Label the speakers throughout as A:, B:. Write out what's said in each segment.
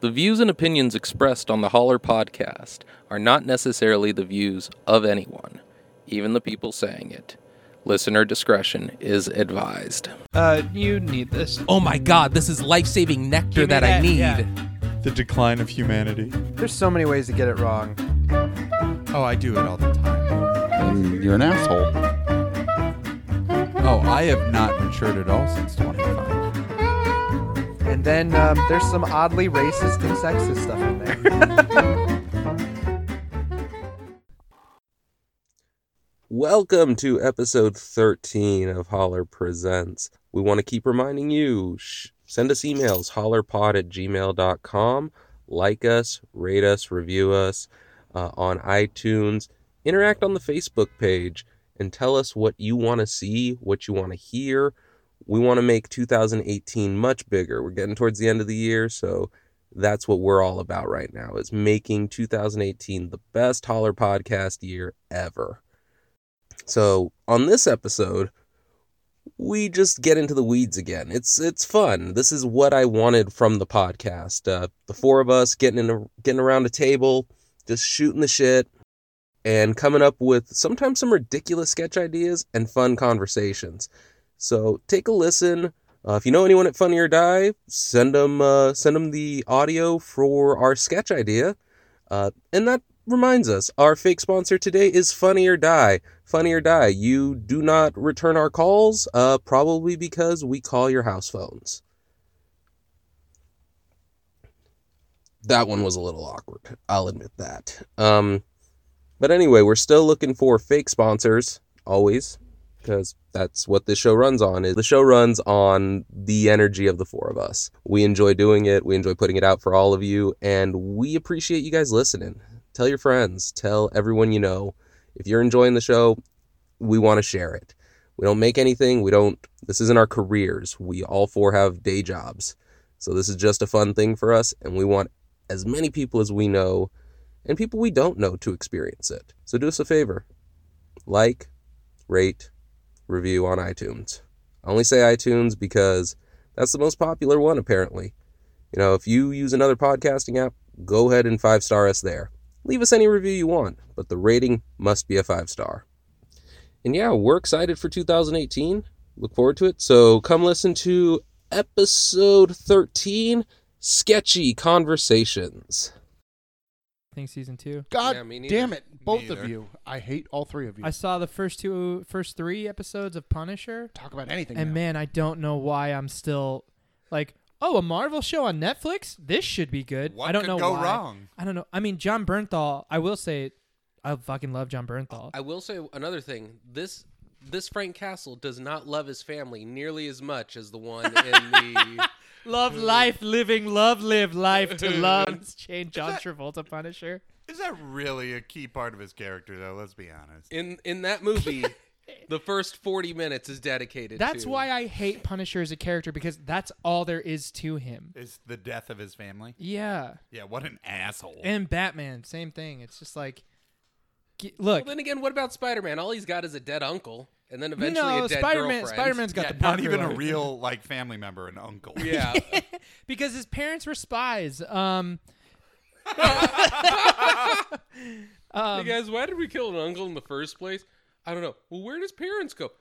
A: The views and opinions expressed on the Holler podcast are not necessarily the views of anyone, even the people saying it. Listener discretion is advised.
B: Uh, you need this.
C: Oh my god, this is life saving
B: Give me
C: nectar that, I
B: that,
C: need.
B: yeah.
D: The decline of humanity.
E: There's so many ways to get it wrong.
D: Oh, I do it all the time.
F: and Mm, you're an asshole.
D: Oh, I have not matured at all since 25.
E: And then um, there's some oddly racist and sexist stuff in there.
A: Welcome to episode 13 of Holler Presents. We want to keep reminding you shh, send us emails, hollerpod at gmail.com. Like us, rate us, review us uh, on iTunes. Interact on the Facebook page and tell us what you want to see, what you want to hear. We want to make 2018 much bigger. We're getting towards the end of the year, so that's what we're all about right now is making 2018 the best holler podcast year ever. So on this episode, we just get into the weeds again. It's it's fun. This is what I wanted from the podcast. Uh, the four of us getting in a, getting around a table, just shooting the shit, and coming up with sometimes some ridiculous sketch ideas and fun conversations. So take a listen. Uh, if you know anyone at Funny or Die, send them uh, send them the audio for our sketch idea. Uh, and that reminds us, our fake sponsor today is Funny or Die. Funny or Die, you do not return our calls, uh, probably because we call your house phones. That one was a little awkward. I'll admit that. Um, but anyway, we're still looking for fake sponsors, always, because that's what this show runs on. Is the show runs on the energy of the four of us. We enjoy doing it. We enjoy putting it out for all of you, and we appreciate you guys listening tell your friends, tell everyone you know. If you're enjoying the show, we want to share it. We don't make anything. We don't, this isn't our careers. We all four have day jobs. So this is just a fun thing for us, and we want as many people as we know and people we don't know to experience it. So do us a favor like, rate, review on iTunes. I only say iTunes because that's the most popular one, apparently. You know, if you use another podcasting app, go ahead and five star us there. Leave us any review you want, but the rating must be a five star. And yeah, we're excited for 2018. Look forward to it. So come listen to episode 13 Sketchy Conversations.
B: Think season two.
G: God
A: Yeah, me neither.
G: damn it, both of
D: neither.
G: you. I hate all three of you.
B: I saw the first two, first three episodes of Punisher,
G: talk about anything.
B: and
G: now.
B: man, I don't know why I'm still like, oh, a Marvel show on Netflix. This should be good.
H: What
B: I don't
H: could
B: know
H: go
B: why.
H: wrong?
B: I don't know. I mean, John Bernthal. I will say, I fucking love John Bernthal.
A: I will say another thing. This this Frank Castle does not love his family nearly as much as the one in the
B: love life, living love, live life to love. Jane John Travolta Punisher.
H: Is that really a key part of his character, though? Let's be honest.
A: in in that movie. the first 40 minutes is dedicated
B: That's
A: to-
B: why I hate Punisher as a character because that's all there is to him.
H: It's the death of his family.
B: Yeah.
H: Yeah, what an asshole.
B: And Batman, same thing. It's just like, g- look,
A: Well, then again, what about Spider Man? All he's got is a dead uncle, and then eventually
B: no,
A: a dead
B: Spider-Man.
A: girlfriend.
B: Spider-Man's got
H: Yeah,
B: the
H: not
B: Parker
H: even a
B: line.
H: real like family member, an uncle.
A: Yeah,
B: because his parents were spies. Um,
A: hey guys,
B: Um,
A: why did we kill an uncle in the first place? I don't know. Well, where did his parents go?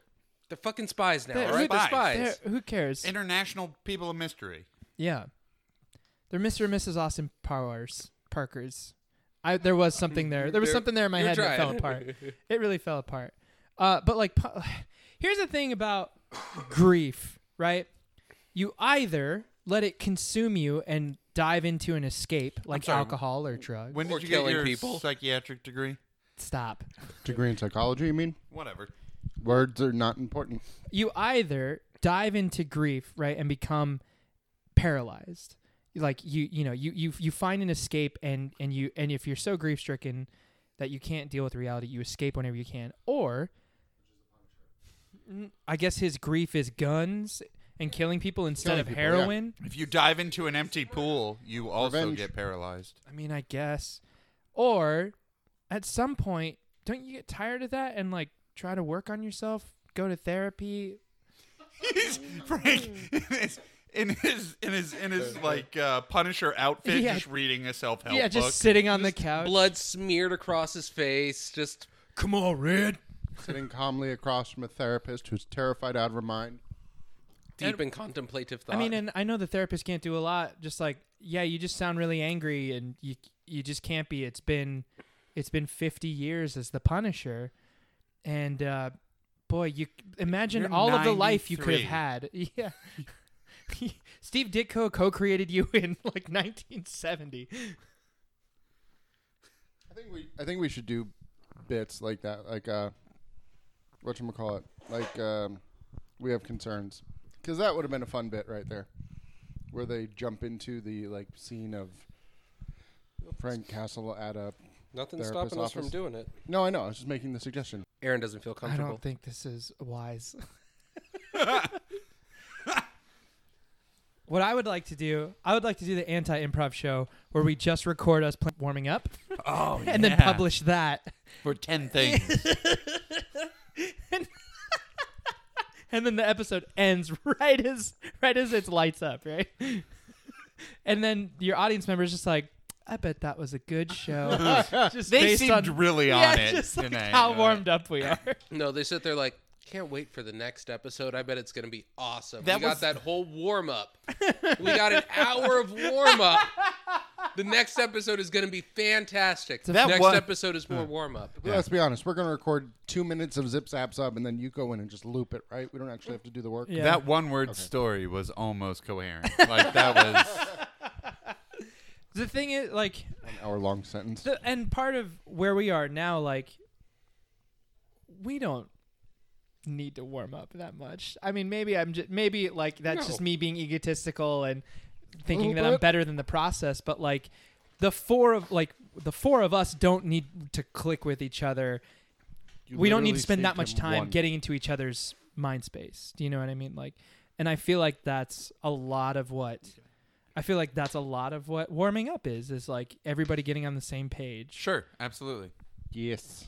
A: They're fucking spies now.
B: They're-
A: all right, they're
H: spies.
A: spies.
B: they're- who cares?
H: International people of mystery.
B: yeah, they're Mr. and Mrs. Austin Powers Parkers. I there was something there. There was
A: You're-
B: something there in my
A: you're
B: head that fell
A: trying.
B: apart. It really fell apart. Uh, but like, pu- here's the thing about grief, right? You either let it consume you and dive into an escape, like
H: sorry,
B: alcohol or drugs.
H: When did
A: Or
H: you get
A: killing
H: your
A: people.
H: psychiatric degree?
B: Stop.
F: Degree in psychology, you mean?
H: Whatever.
F: Words are not important.
B: you either dive into grief right and become paralyzed like you you know you you, you find an escape and and you and if you're so grief stricken that you can't deal with reality you escape whenever you can or Mm, i guess his grief is guns and killing people instead
F: Killing
B: of
F: people, yeah.
B: heroin
H: If you dive into an empty pool, you also
F: Revenge.
H: get paralyzed.
B: i mean i guess or at some point don't you get tired of that and like try to work on yourself go to therapy
H: He's- Frank, it's- in his in his in his like uh, Punisher outfit,
B: Yeah.
H: just reading a self help
B: yeah,
H: book.
B: just sitting on the couch.
C: Blood smeared across his face. Just come on, Red.
F: Sitting calmly across from a therapist who's terrified out of her mind.
C: Deep and contemplative thought.
B: I mean, and I know the therapist can't do a lot. Just like, yeah, you just sound really angry, and you you just can't be. It's been it's been fifty years as the Punisher, and uh, boy, you imagine
H: You're
B: all of the life you could have
H: 93.
B: had. Yeah. Steve Ditko co-created you in like 1970.
F: I think we I think we should do bits like that, like uh, what call it? Like um, we have concerns, because that would have been a fun bit right there, where they jump into the like scene of Frank Castle at a.
C: nothing's
F: Therapist
C: stopping us from
F: office.
C: doing it.
F: No, I know. I was just making the suggestion.
C: Aaron doesn't feel
B: I
C: comfortable.
B: don't think this is wise. what I would like to do, I would like to do the anti-improv show where we just record us playing warming up
H: oh,
B: and then publish that.
H: for ten things.
B: and then the episode ends right as right as it's lights up, right? And then your audience member is just like, I bet that was a good show. just
H: they
B: based
H: seemed
B: on,
H: really on
B: yeah,
H: it
B: just like
H: tonight.
B: how
H: Uh,
B: warmed up we are.
C: No, they sit there like, can't wait for the next episode. I bet it's going to be awesome.
H: That
C: we got
H: was-
C: that whole warm up. we got an hour of warm up. The next episode is going to be fantastic. The
H: That
C: next
H: was-
C: episode is more warm up.
F: Let's be honest. We're gonna record two minutes of zip zap sub, and then you go in and just loop it. Right? We don't actually have to do the work.
B: Yeah.
H: That one word story was almost coherent. Like that was
B: the thing is, like,
F: An hour long sentence.
B: the, and part of where we are now, like, we don't need to warm up that much. I mean, maybe I'm just maybe like that's just me being egotistical and thinking that
F: Little
B: I'm
F: bit.
B: better than the process, but like the four of like the four of us don't need to click with each other.
F: You
B: we don't need to
F: literally
B: spend that
F: saved
B: much
F: him
B: time
F: one.
B: getting into each other's mind space. Do you know what I mean? Like and I feel like that's a lot of what I feel like that's a lot of what warming up is is like everybody getting on the same page.
H: sure, absolutely.
F: Yes.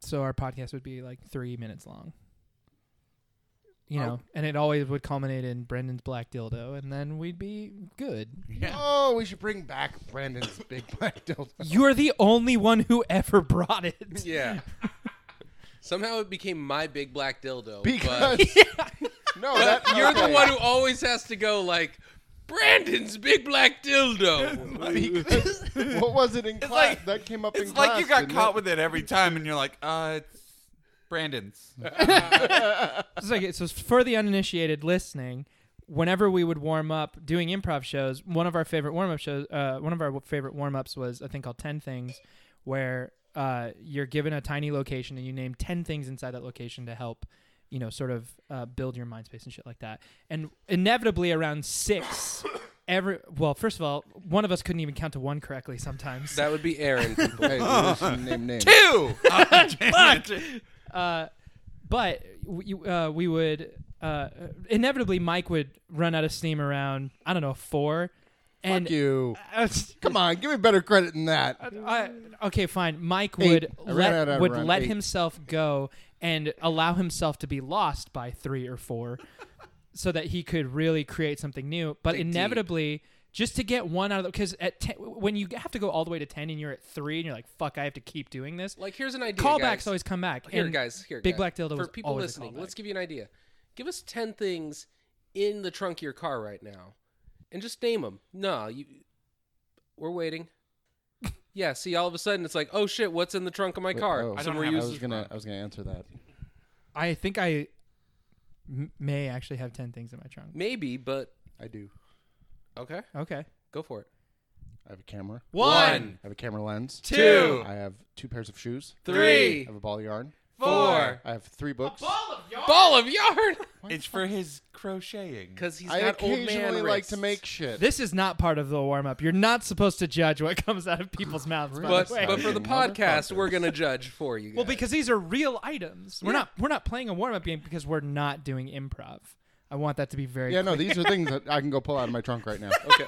B: So our podcast would be like 3 minutes long. You know, and it always would culminate in Brendan's black dildo and then we'd be good.
H: Yeah.
F: Oh, we should bring back Brandon's big black dildo.
B: You're the only one who ever brought it.
C: Yeah. Somehow it became my big black dildo.
F: Because no, that,
C: but you're the
F: okay.
C: one who always has to go like, Brandon's big black dildo.
F: Because- what was it in class?
H: like-
F: that came up in
H: It's
F: class.
H: like you got
F: didn't
H: caught
F: it?
H: with it every time, and you're like, uh, it's Brandon's.
B: It's like so for the uninitiated listening, whenever we would warm up doing improv shows, one of our favorite warm up shows, uh, one of our favorite warm ups was a thing called Ten Things, where uh, you're given a tiny location and you name ten things inside that location to help, you know, sort of uh, build your mind space and shit like that. And inevitably around six. Every well, first of all, one of us couldn't even count to one correctly sometimes.
C: That would be Aaron. people.
F: Hey, we just name names.
H: Ew! Fuck!
B: Uh, but we, uh, we would uh, inevitably Mike would run out of steam around I don't know four, and
F: Fuck you.
B: Uh,
F: Come on, give me better credit than that.
B: I- okay, fine. Mike
F: Eight.
B: would
F: I ran
B: let
F: out of
B: would
F: round
B: let
F: eight.
B: himself go and allow himself to be lost by three or four, so that he could really create something new. But
C: Dig deep.
B: inevitably. Just to get one out of the because at ten, when you have to go all the way to ten and you're at three and you're like fuck I have to keep doing this
C: Like, here's an idea.
B: callbacks
C: guys.
B: always come back
C: Here,
B: and
C: guys. Here,
B: Big
C: guys.
B: Black Dildo
C: For
B: was
C: people
B: always a
C: listening,
B: callback.
C: let's give you an idea. Give us ten things in the trunk of your car right now, and just name them. No, you. We're waiting. yeah. See, all of a sudden, it's like, oh shit, what's in the trunk of my car?
F: oh. I don't
C: Some
H: have- I
F: I
C: reuses-
F: was gonna, I was gonna answer that.
B: I think I m- may actually have 10 things in my trunk.
C: Maybe, but
F: I do.
C: okay,
B: Okay.
C: go for it.
F: I have a camera.
C: One,
F: I have a camera lens.
C: two,
F: I have two pairs of shoes. I
C: three,
F: have a ball of yarn.
C: four.
F: I have three books.
C: Ball of yarn.
H: It's for his crocheting.
C: Because he's
F: I
C: got old man
F: occasionally like to
C: wrists.
F: make shit.
B: This is not part of the warm up. You're not supposed to judge what comes out of people's mouths. By
C: But,
B: the way.
C: but for the
F: Motherfuckers.
C: podcast, we're gonna judge for you. Guys.
B: well, because these are real items. We're not we're not playing a warm up game because we're not doing improv. I want that to be very
F: yeah,
B: clear.
F: no, these are things that I can go pull out of my trunk right now.
C: okay.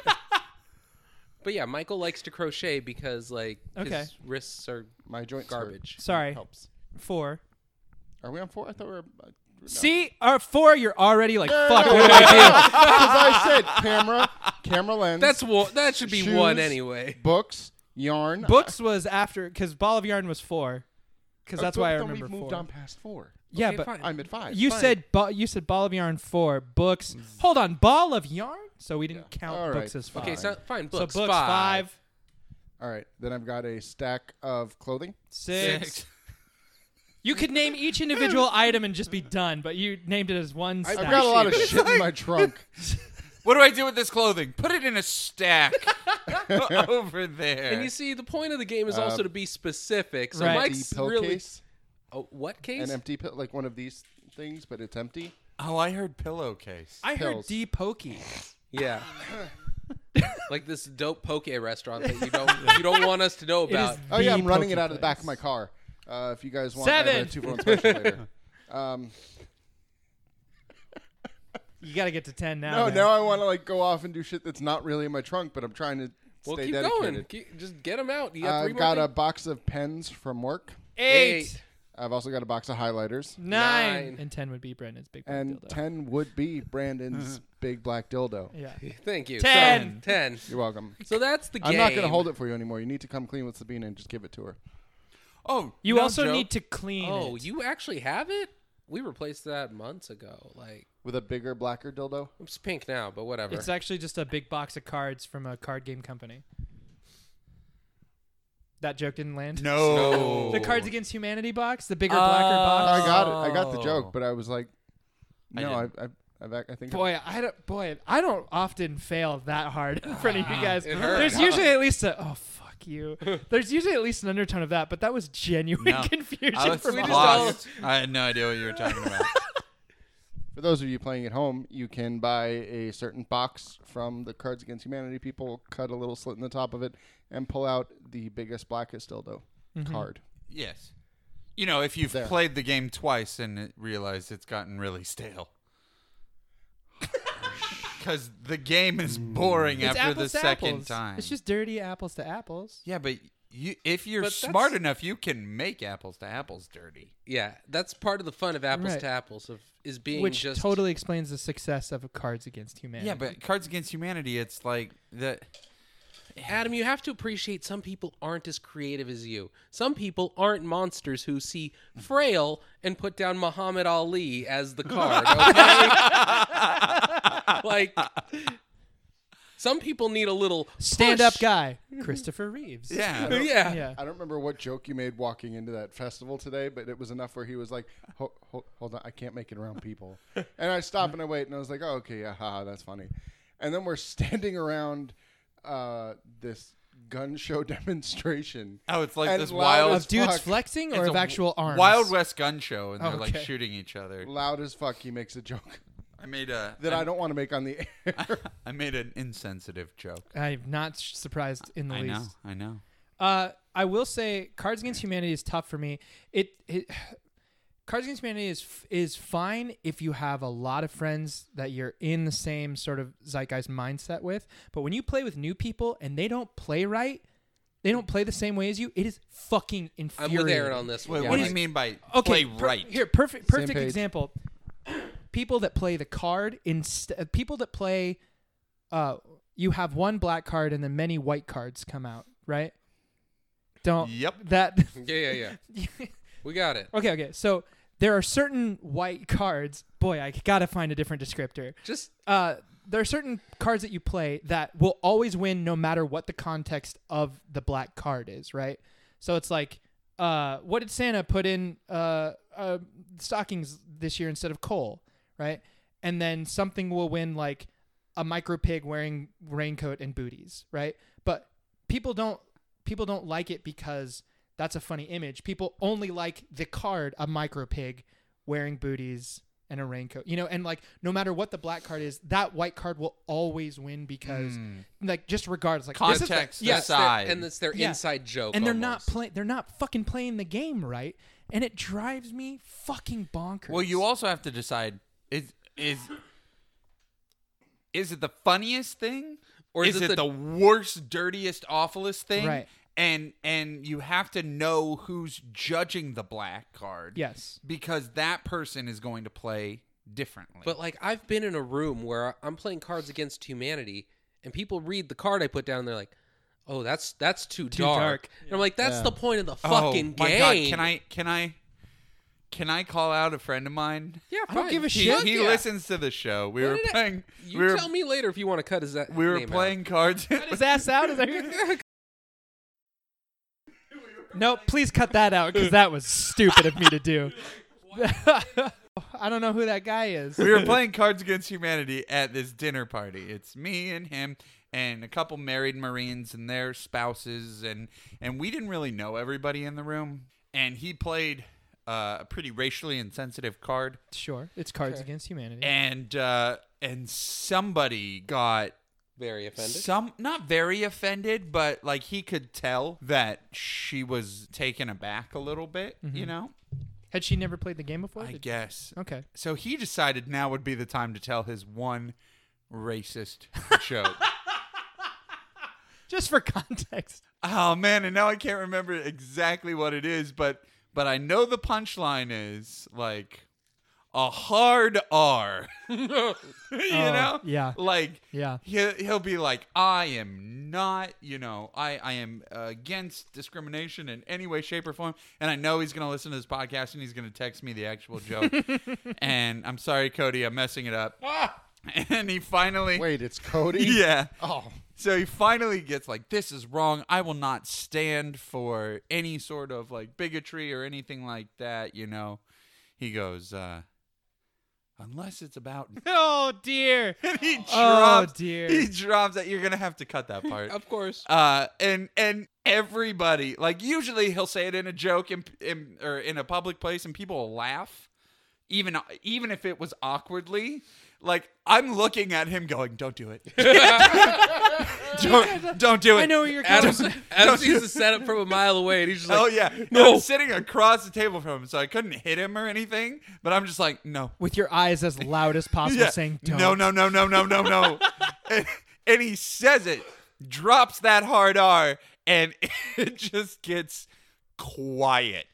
C: But yeah, Michael likes to crochet because like
B: Okay.
C: his wrists are
F: My joint
C: garbage.
B: Sorry.
F: Helps.
B: Four.
F: Are we on four? I thought we were.
B: See, our four, you're already like, fuck,
F: no,
B: what
F: no,
B: do I do?
F: I said camera, camera lens.
C: That's one. That should be one
F: Shoes.
C: anyway.
F: books, yarn.
B: Books was after, because Ball of Yarn was four. Because that's
F: But
B: why I
F: then
B: remember
F: We've moved
B: four.
F: on past four.
B: yeah,
C: Okay,
B: but
C: fine.
F: I'm at five.
B: you
F: Fine.
B: said ba- you said Ball of Yarn four books. Hold on, Ball of Yarn. So we didn't count
F: All right.
B: books as five.
C: okay, so fine.
B: So
C: Books,
B: books
C: five.
B: five,
F: All right. Then I've got a stack of clothing.
B: six. You could name each individual item and just be done, but you named it as one.
F: I've
B: Stack.
F: got a lot of shit in my trunk.
D: What do I do with this clothing? Put it in a stack over there.
C: And you see, the point of the game is also to be specific. So
B: right.
C: Mike's
F: Uh, the
C: really
F: pillowcase,
C: Oh, what case?
F: an empty pill, like one of these things, but it's empty.
D: oh, I heard pillowcase.
B: I heard
F: pills.
B: D pokey.
C: Yeah. like this dope poke restaurant that you don't you don't want us to know
B: It is
C: about.
F: Oh yeah,
B: the
F: I'm running it
B: pokey
F: out of the back of my
B: place.
F: car. Uh, if you guys want, I have
B: Seven.
F: a two for one special later. Um,
B: You got to get to ten now.
F: no,
B: man.
F: now I want to like go off and do shit that's not really in my trunk, but I'm trying to
C: Well,
F: stay
C: keep
F: dedicated.
C: going. Keep- just get them out. You got three
F: I've
C: more
F: got a
C: things?
F: box of pens from work.
B: eight,
C: Eight.
F: I've also got a box of highlighters,
B: nine,
C: Nine.
B: and ten would be Brandon's big black
F: and
B: dildo.
F: ten would be Brandon's big black dildo.
B: Yeah.
C: Thank you.
B: Ten.
C: So, ten.
F: You're welcome.
C: So that's the game.
F: I'm not going to hold it for you anymore. You need to come clean with Sabina and just give it to her.
D: Oh,
B: You
D: no
B: also
D: joke.
B: need to clean.
C: Oh,
B: it.
C: you actually have it? We replaced that months ago. Like
F: With a bigger, blacker dildo?
C: it's pink now, but whatever.
B: It's actually just a big box of cards from a card game company. That joke didn't land.
D: No.
B: The Cards Against Humanity box, the bigger blacker box.
F: Uh, I got it. I got the
D: Oh.
F: joc, but I was like,
D: I
F: no, I,
D: didn't.
F: I, I've, ac- I think.
B: Boy, I don't. Boy, I don't often fail that hard in front of you guys.
C: it hurt,
B: There's
C: huh?
B: usually at least a oh fuck you. There's usually at least an undertone of that, but that was genuine
D: No.
B: confusion
D: I was
B: from all of us.
D: lost. I had no idea what you were talking about.
F: For those of you playing at home, you can buy a certain box from the Cards Against Humanity people, cut a little slit in the top of it, and pull out the biggest, blackest dildo
D: Mm-hmm.
F: card.
D: yes. You know, if you've
F: There.
D: played the game twice and it- realized it's gotten really stale. Because the game is boring
B: It's
D: after
B: apples
D: the
B: to
D: second
B: apples.
D: time.
B: It's just dirty apples to apples.
D: yeah, but you if you're
C: But that's-
D: smart enough, you can make apples to apples dirty.
C: yeah, that's part of the fun of apples
B: Right.
C: to apples of is being
B: Which
C: just
B: totally explains the success of Cards Against Humanity.
D: Yeah, but Cards Against Humanity, it's like the
C: Adam, you have to appreciate some people aren't as creative as you. Some people aren't monsters who see frail and put down Muhammad Ali as the card. Okay? like some people need a little
B: stand up
C: push.
B: guy Christopher Reeves.
D: yeah.
C: Yeah.
B: yeah.
F: I don't remember what joke you made walking into that festival today, but it was enough where he was like, ho- ho- "Hold on, I can't make it around people." And I stop and I wait, and I was like, "Oh, okay, yeah, haha, that's funny." And then we're standing around uh, this gun show demonstration.
D: Oh, it's like
F: And
D: this
F: loud
D: wild
F: as
B: Of dudes
F: fuck.
B: flexing or
D: It's
B: of
D: a
B: actual
D: w-
B: arms?
D: Wild West gun show, and they're like
B: Okay.
D: shooting each other.
F: Loud as fuck, he makes a joke
D: I made a
F: that
D: I,
F: I don't want to make on the air.
D: I made an insensitive joke.
B: I'm not s- surprised in the
D: I
B: least.
D: know, I know.
B: Uh, I will say Cards Against Humanity is tough for me. It, it Cards Against Humanity is f- is fine if you have a lot of friends that you're in the same sort of zeitgeist mindset with. But when you play with new people and they don't play right, they don't play the same way as you. It is fucking
C: I'm
B: infuriating.
C: with Aaron on this one.
D: Wait,
C: Yeah,
D: what do
C: like-
D: you mean by
B: okay,
D: play
B: per-
D: right?
B: Here, perfect perfect
F: page.
B: example. People that play the card instead people that play uh you have one black card and then many white cards come out, right? Don't
D: Yep.
B: that
C: Yeah, yeah, yeah. We got it.
B: Okay, okay. So there are certain white cards. Boy, I got to find a different descriptor.
C: Just
B: Uh there are certain cards that you play that will always win no matter what the context of the black card is, right? So it's like, uh, what did Santa put in uh, uh, stockings this year instead of coal, right? And then something will win like a micro pig wearing raincoat and booties, right? But people don't people don't like it because that's a funny image. People only like the card a micro pig wearing booties and a raincoat. You know, and like no matter what the black card is, that white card will always win because like just regardless like this is the-
D: Context
B: yeah,
C: that's their-
D: aside.
C: and it's their
B: Yeah.
C: inside joke.
B: and they're not
C: almost.
B: playing. They're not fucking playing the game right, and it drives me fucking bonkers.
D: Well, you also have to decide is is is it the funniest thing
C: Or is it
D: it the,
C: the-
D: worst, dirtiest, awfulest thing?
B: Right.
D: and and you have to know who's judging the black card.
B: Yes.
D: because that person is going to play differently.
C: But like I've been in a room where I'm playing Cards Against Humanity, and people read the card I put down, and they're like, "Oh, that's that's too,
B: Too
C: dark."
B: dark.
C: And I'm like, "That's the point of the
D: Oh,
C: fucking
D: my
C: game."
D: God, can I can I can I call out a friend of mine?
C: Yeah,
B: I don't
C: fine.
B: give a
D: He,
B: shit.
D: he
C: yeah.
D: listens to the show. We
C: What
D: were
C: did I-
D: playing.
C: You
D: we were,
C: tell me later if you want to cut his. that
D: We were
C: name out.
D: playing cards.
B: His ass out? Is that what you're- no, please cut that out because that was stupid of me to do. I don't know who that guy is.
D: we were playing Cards Against Humanity at this dinner party. It's me and him and a couple married Marines and their spouses, and and we didn't really know everybody in the room. And he played uh, a pretty racially insensitive card,
B: Sure, it's Cards Against Humanity.
D: and uh, and somebody got
C: Very offended.
D: some not very offended, but like he could tell that she was taken aback a little bit. You know,
B: Had she never played the game before?
D: I
B: Mm-hmm. Did-
D: guess.
B: Okay.
D: So he decided now would be the time to tell his one racist joke.
B: Just for context.
D: Oh man, and now I can't remember exactly what it is, but but I know the punchline is like a hard R. you know?
B: Oh, yeah.
D: Like
B: Yeah.
D: He'll, he'll be like, I am not, you know, I, I am uh, against discrimination in any way, shape, or form. And I know he's going to listen to this podcast and he's going to text me the actual joke. and I'm sorry, Cody, I'm messing it up.
B: Ah!
D: And he finally.
F: Wait, it's Cody.
D: Yeah.
F: Oh,
D: So he finally gets like, this is wrong. I will not stand for any sort of like bigotry or anything like that, you know. He goes, uh, unless it's about.
B: Oh dear.
D: And he drops,
B: Oh, dear.
D: He drops that. You're going to have to cut that part.
C: of course.
D: Uh, and and everybody like usually he'll say it in a joke in, in or in a public place and people will laugh, even even if it was awkwardly. Like I'm looking at him going, "Don't do it, don't don't do it."
B: I know where you're going.
C: Adam, Adam sees the setup from a mile away, and he's just like,
D: oh yeah,
C: no."
D: I'm sitting across the table from him, so I couldn't hit him or anything. But I'm just like, no,
B: With your eyes as loud as possible,
D: yeah.
B: saying "Don't."
D: no, no, no, no, no, no, no. and, and he says it, drops that hard R, and it just gets quiet.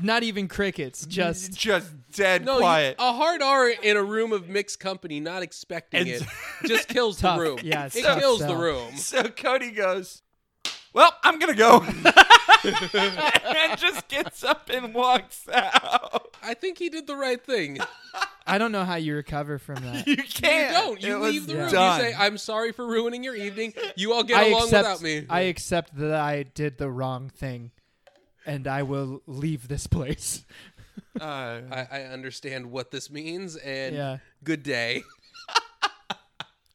B: Not even crickets. Just
D: just dead
C: No, you- Oh.
D: quiet.
C: a hard R in a room of mixed company, not expecting
D: It's-
C: it, just kills
B: Tough.
C: the room.
B: Yeah, it's
C: it
B: tough
C: kills
B: sell.
C: the room.
D: so Cody goes, Well, I'm gonna go. and just gets up and walks out.
C: I think he did the right thing.
B: I don't know how you recover from that.
D: You can't.
C: Don't you
D: It was
C: leave the room?
D: done.
C: You say, "I'm sorry for ruining your evening. You all get
B: I
C: along
B: accept.
C: without me."
B: I accept that I did the wrong thing, and I will leave this place.
D: Uh,
C: I, I understand what this means, and
B: Yeah.
C: good day.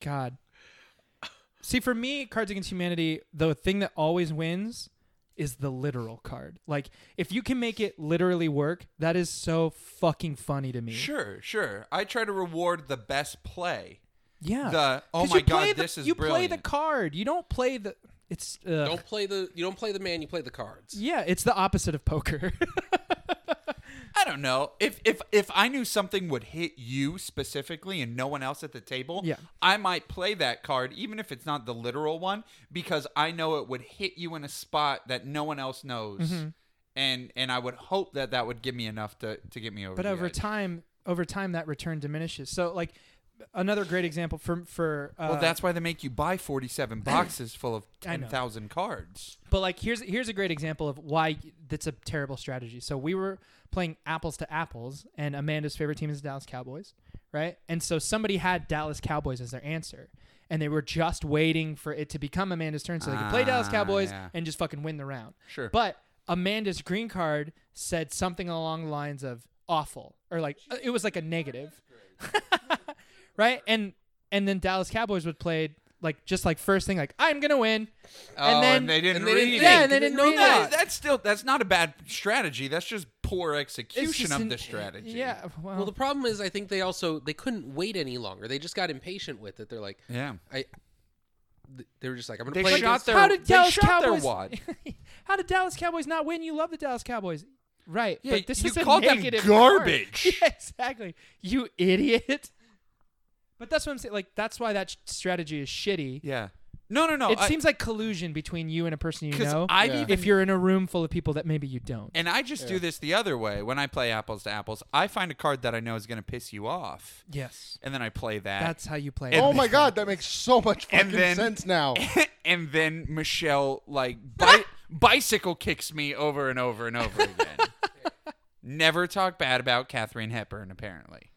B: God. See, for me, Cards Against Humanity, the thing that always wins is the literal card. Like, if you can make it literally work, that is so fucking funny to me.
D: sure, sure. I try to reward the best play.
B: Yeah.
D: The, oh
B: 'Cause
D: my
B: you play
D: God,
B: the-
D: this is
B: You
D: brilliant.
B: play the card. You don't play the. It's. Uh,
C: Don't play the you don't play the man. You play the cards.
B: Yeah, it's the opposite of poker.
D: I don't know. If if if I knew something would hit you specifically and no one else at the table,
B: Yeah.
D: I might play that card even if it's not the literal one because I know it would hit you in a spot that no one else knows.
B: Mm-hmm.
D: And and I would hope that that would give me enough to to get me over.
B: but
D: the
B: over
D: edge.
B: time, over time, that return diminishes. So, like, another great example for for. Uh,
D: Well, that's why they make you buy 47 boxes full of
B: I know.
D: 10,000 cards.
B: But like here's here's a great example of why that's a terrible strategy. So we were playing apples to apples, and Amanda's favorite team is the Dallas Cowboys, right? And so somebody had Dallas Cowboys as their answer, and they were just waiting for it to become Amanda's turn so they could play Dallas
D: Ah,
B: Cowboys
D: yeah.
B: and just fucking win the round.
D: Sure.
B: But Amanda's green card said something along the lines of awful or like it was like a negative. right? And and then Dallas Cowboys would play like just like first thing like I'm going to win. And
D: oh,
B: then-
D: and they didn't
C: and they didn't
D: read it.
C: think.
B: Yeah, and they didn't
C: They
B: know
C: didn't know
B: that.
D: That- That's still that's not a bad strategy. That's just poor
B: It's
D: execution
B: just
D: of
B: an-
D: the strategy.
B: Yeah, well,
C: Well, the problem is, I think they also they couldn't wait any longer. They just got impatient with it. They're like,
D: Yeah.
C: I. th- They were just like, I'm gonna
D: They
C: play.
D: shot
C: against-
D: their-
B: how did
D: they
B: Dallas
D: shot their
B: Cowboys?
D: wad.
B: how did Dallas Cowboys not win? You love the Dallas Cowboys, right?
D: Yeah,
B: but this
D: you
B: is a
D: called them
B: negative card.
D: garbage.
B: Yeah, exactly. You idiot. But that's what I'm saying. Like that's why that sh- strategy is shitty.
D: Yeah. No, no, no.
B: it
D: I-
B: seems like collusion between you and a person you
D: 'cause
B: know.
D: I've
F: Yeah.
D: even
B: if you're in a room full of people that maybe you don't.
D: and I just do this the other way when I play apples to apples. I find a card that I know is going to piss you off,
B: Yes,
D: and then I play that.
B: that's how you play.
D: And-
B: it.
F: oh my god, that makes so much
D: And
F: fucking
D: then-
F: sense now.
D: and then Michelle like bi- bicycle kicks me over and over and over again. Never talk bad about Katherine Hepburn, apparently.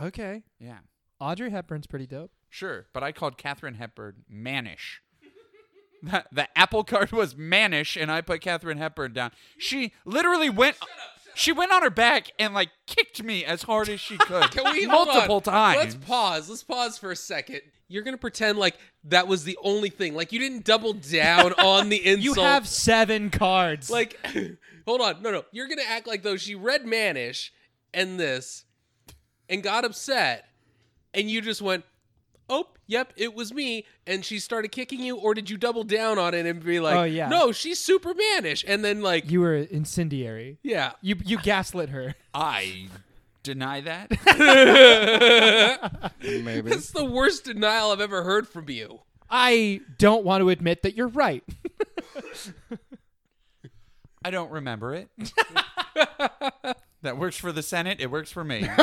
B: Okay,
D: Yeah,
B: Audrey Hepburn's pretty dope.
D: sure, but I called Katherine Hepburn mannish. The, the apple card was mannish, and I put Katherine Hepburn down. She literally went. She went on her back and like kicked me as hard as she could,
C: Can we hold on.
D: multiple times.
C: Let's pause. Let's pause for a second. You're gonna pretend like that was the only thing. Like you didn't double down on the
B: You
C: insult.
B: have seven cards.
C: like, hold on. No, no. You're gonna act like though she read Manish and this, and got upset, and you just went, "Oh, yep, it was me." And she started kicking you, or did you double down on it and be like,
B: Oh, yeah.
C: no, she's super Manish," and then like,
B: you were incendiary.
C: yeah,
B: You you gaslit her.
D: I deny that.
F: Maybe.
C: that's the worst denial I've ever heard from you.
B: I don't want to admit that you're right.
D: I don't remember it. that works for the Senate. It works for me.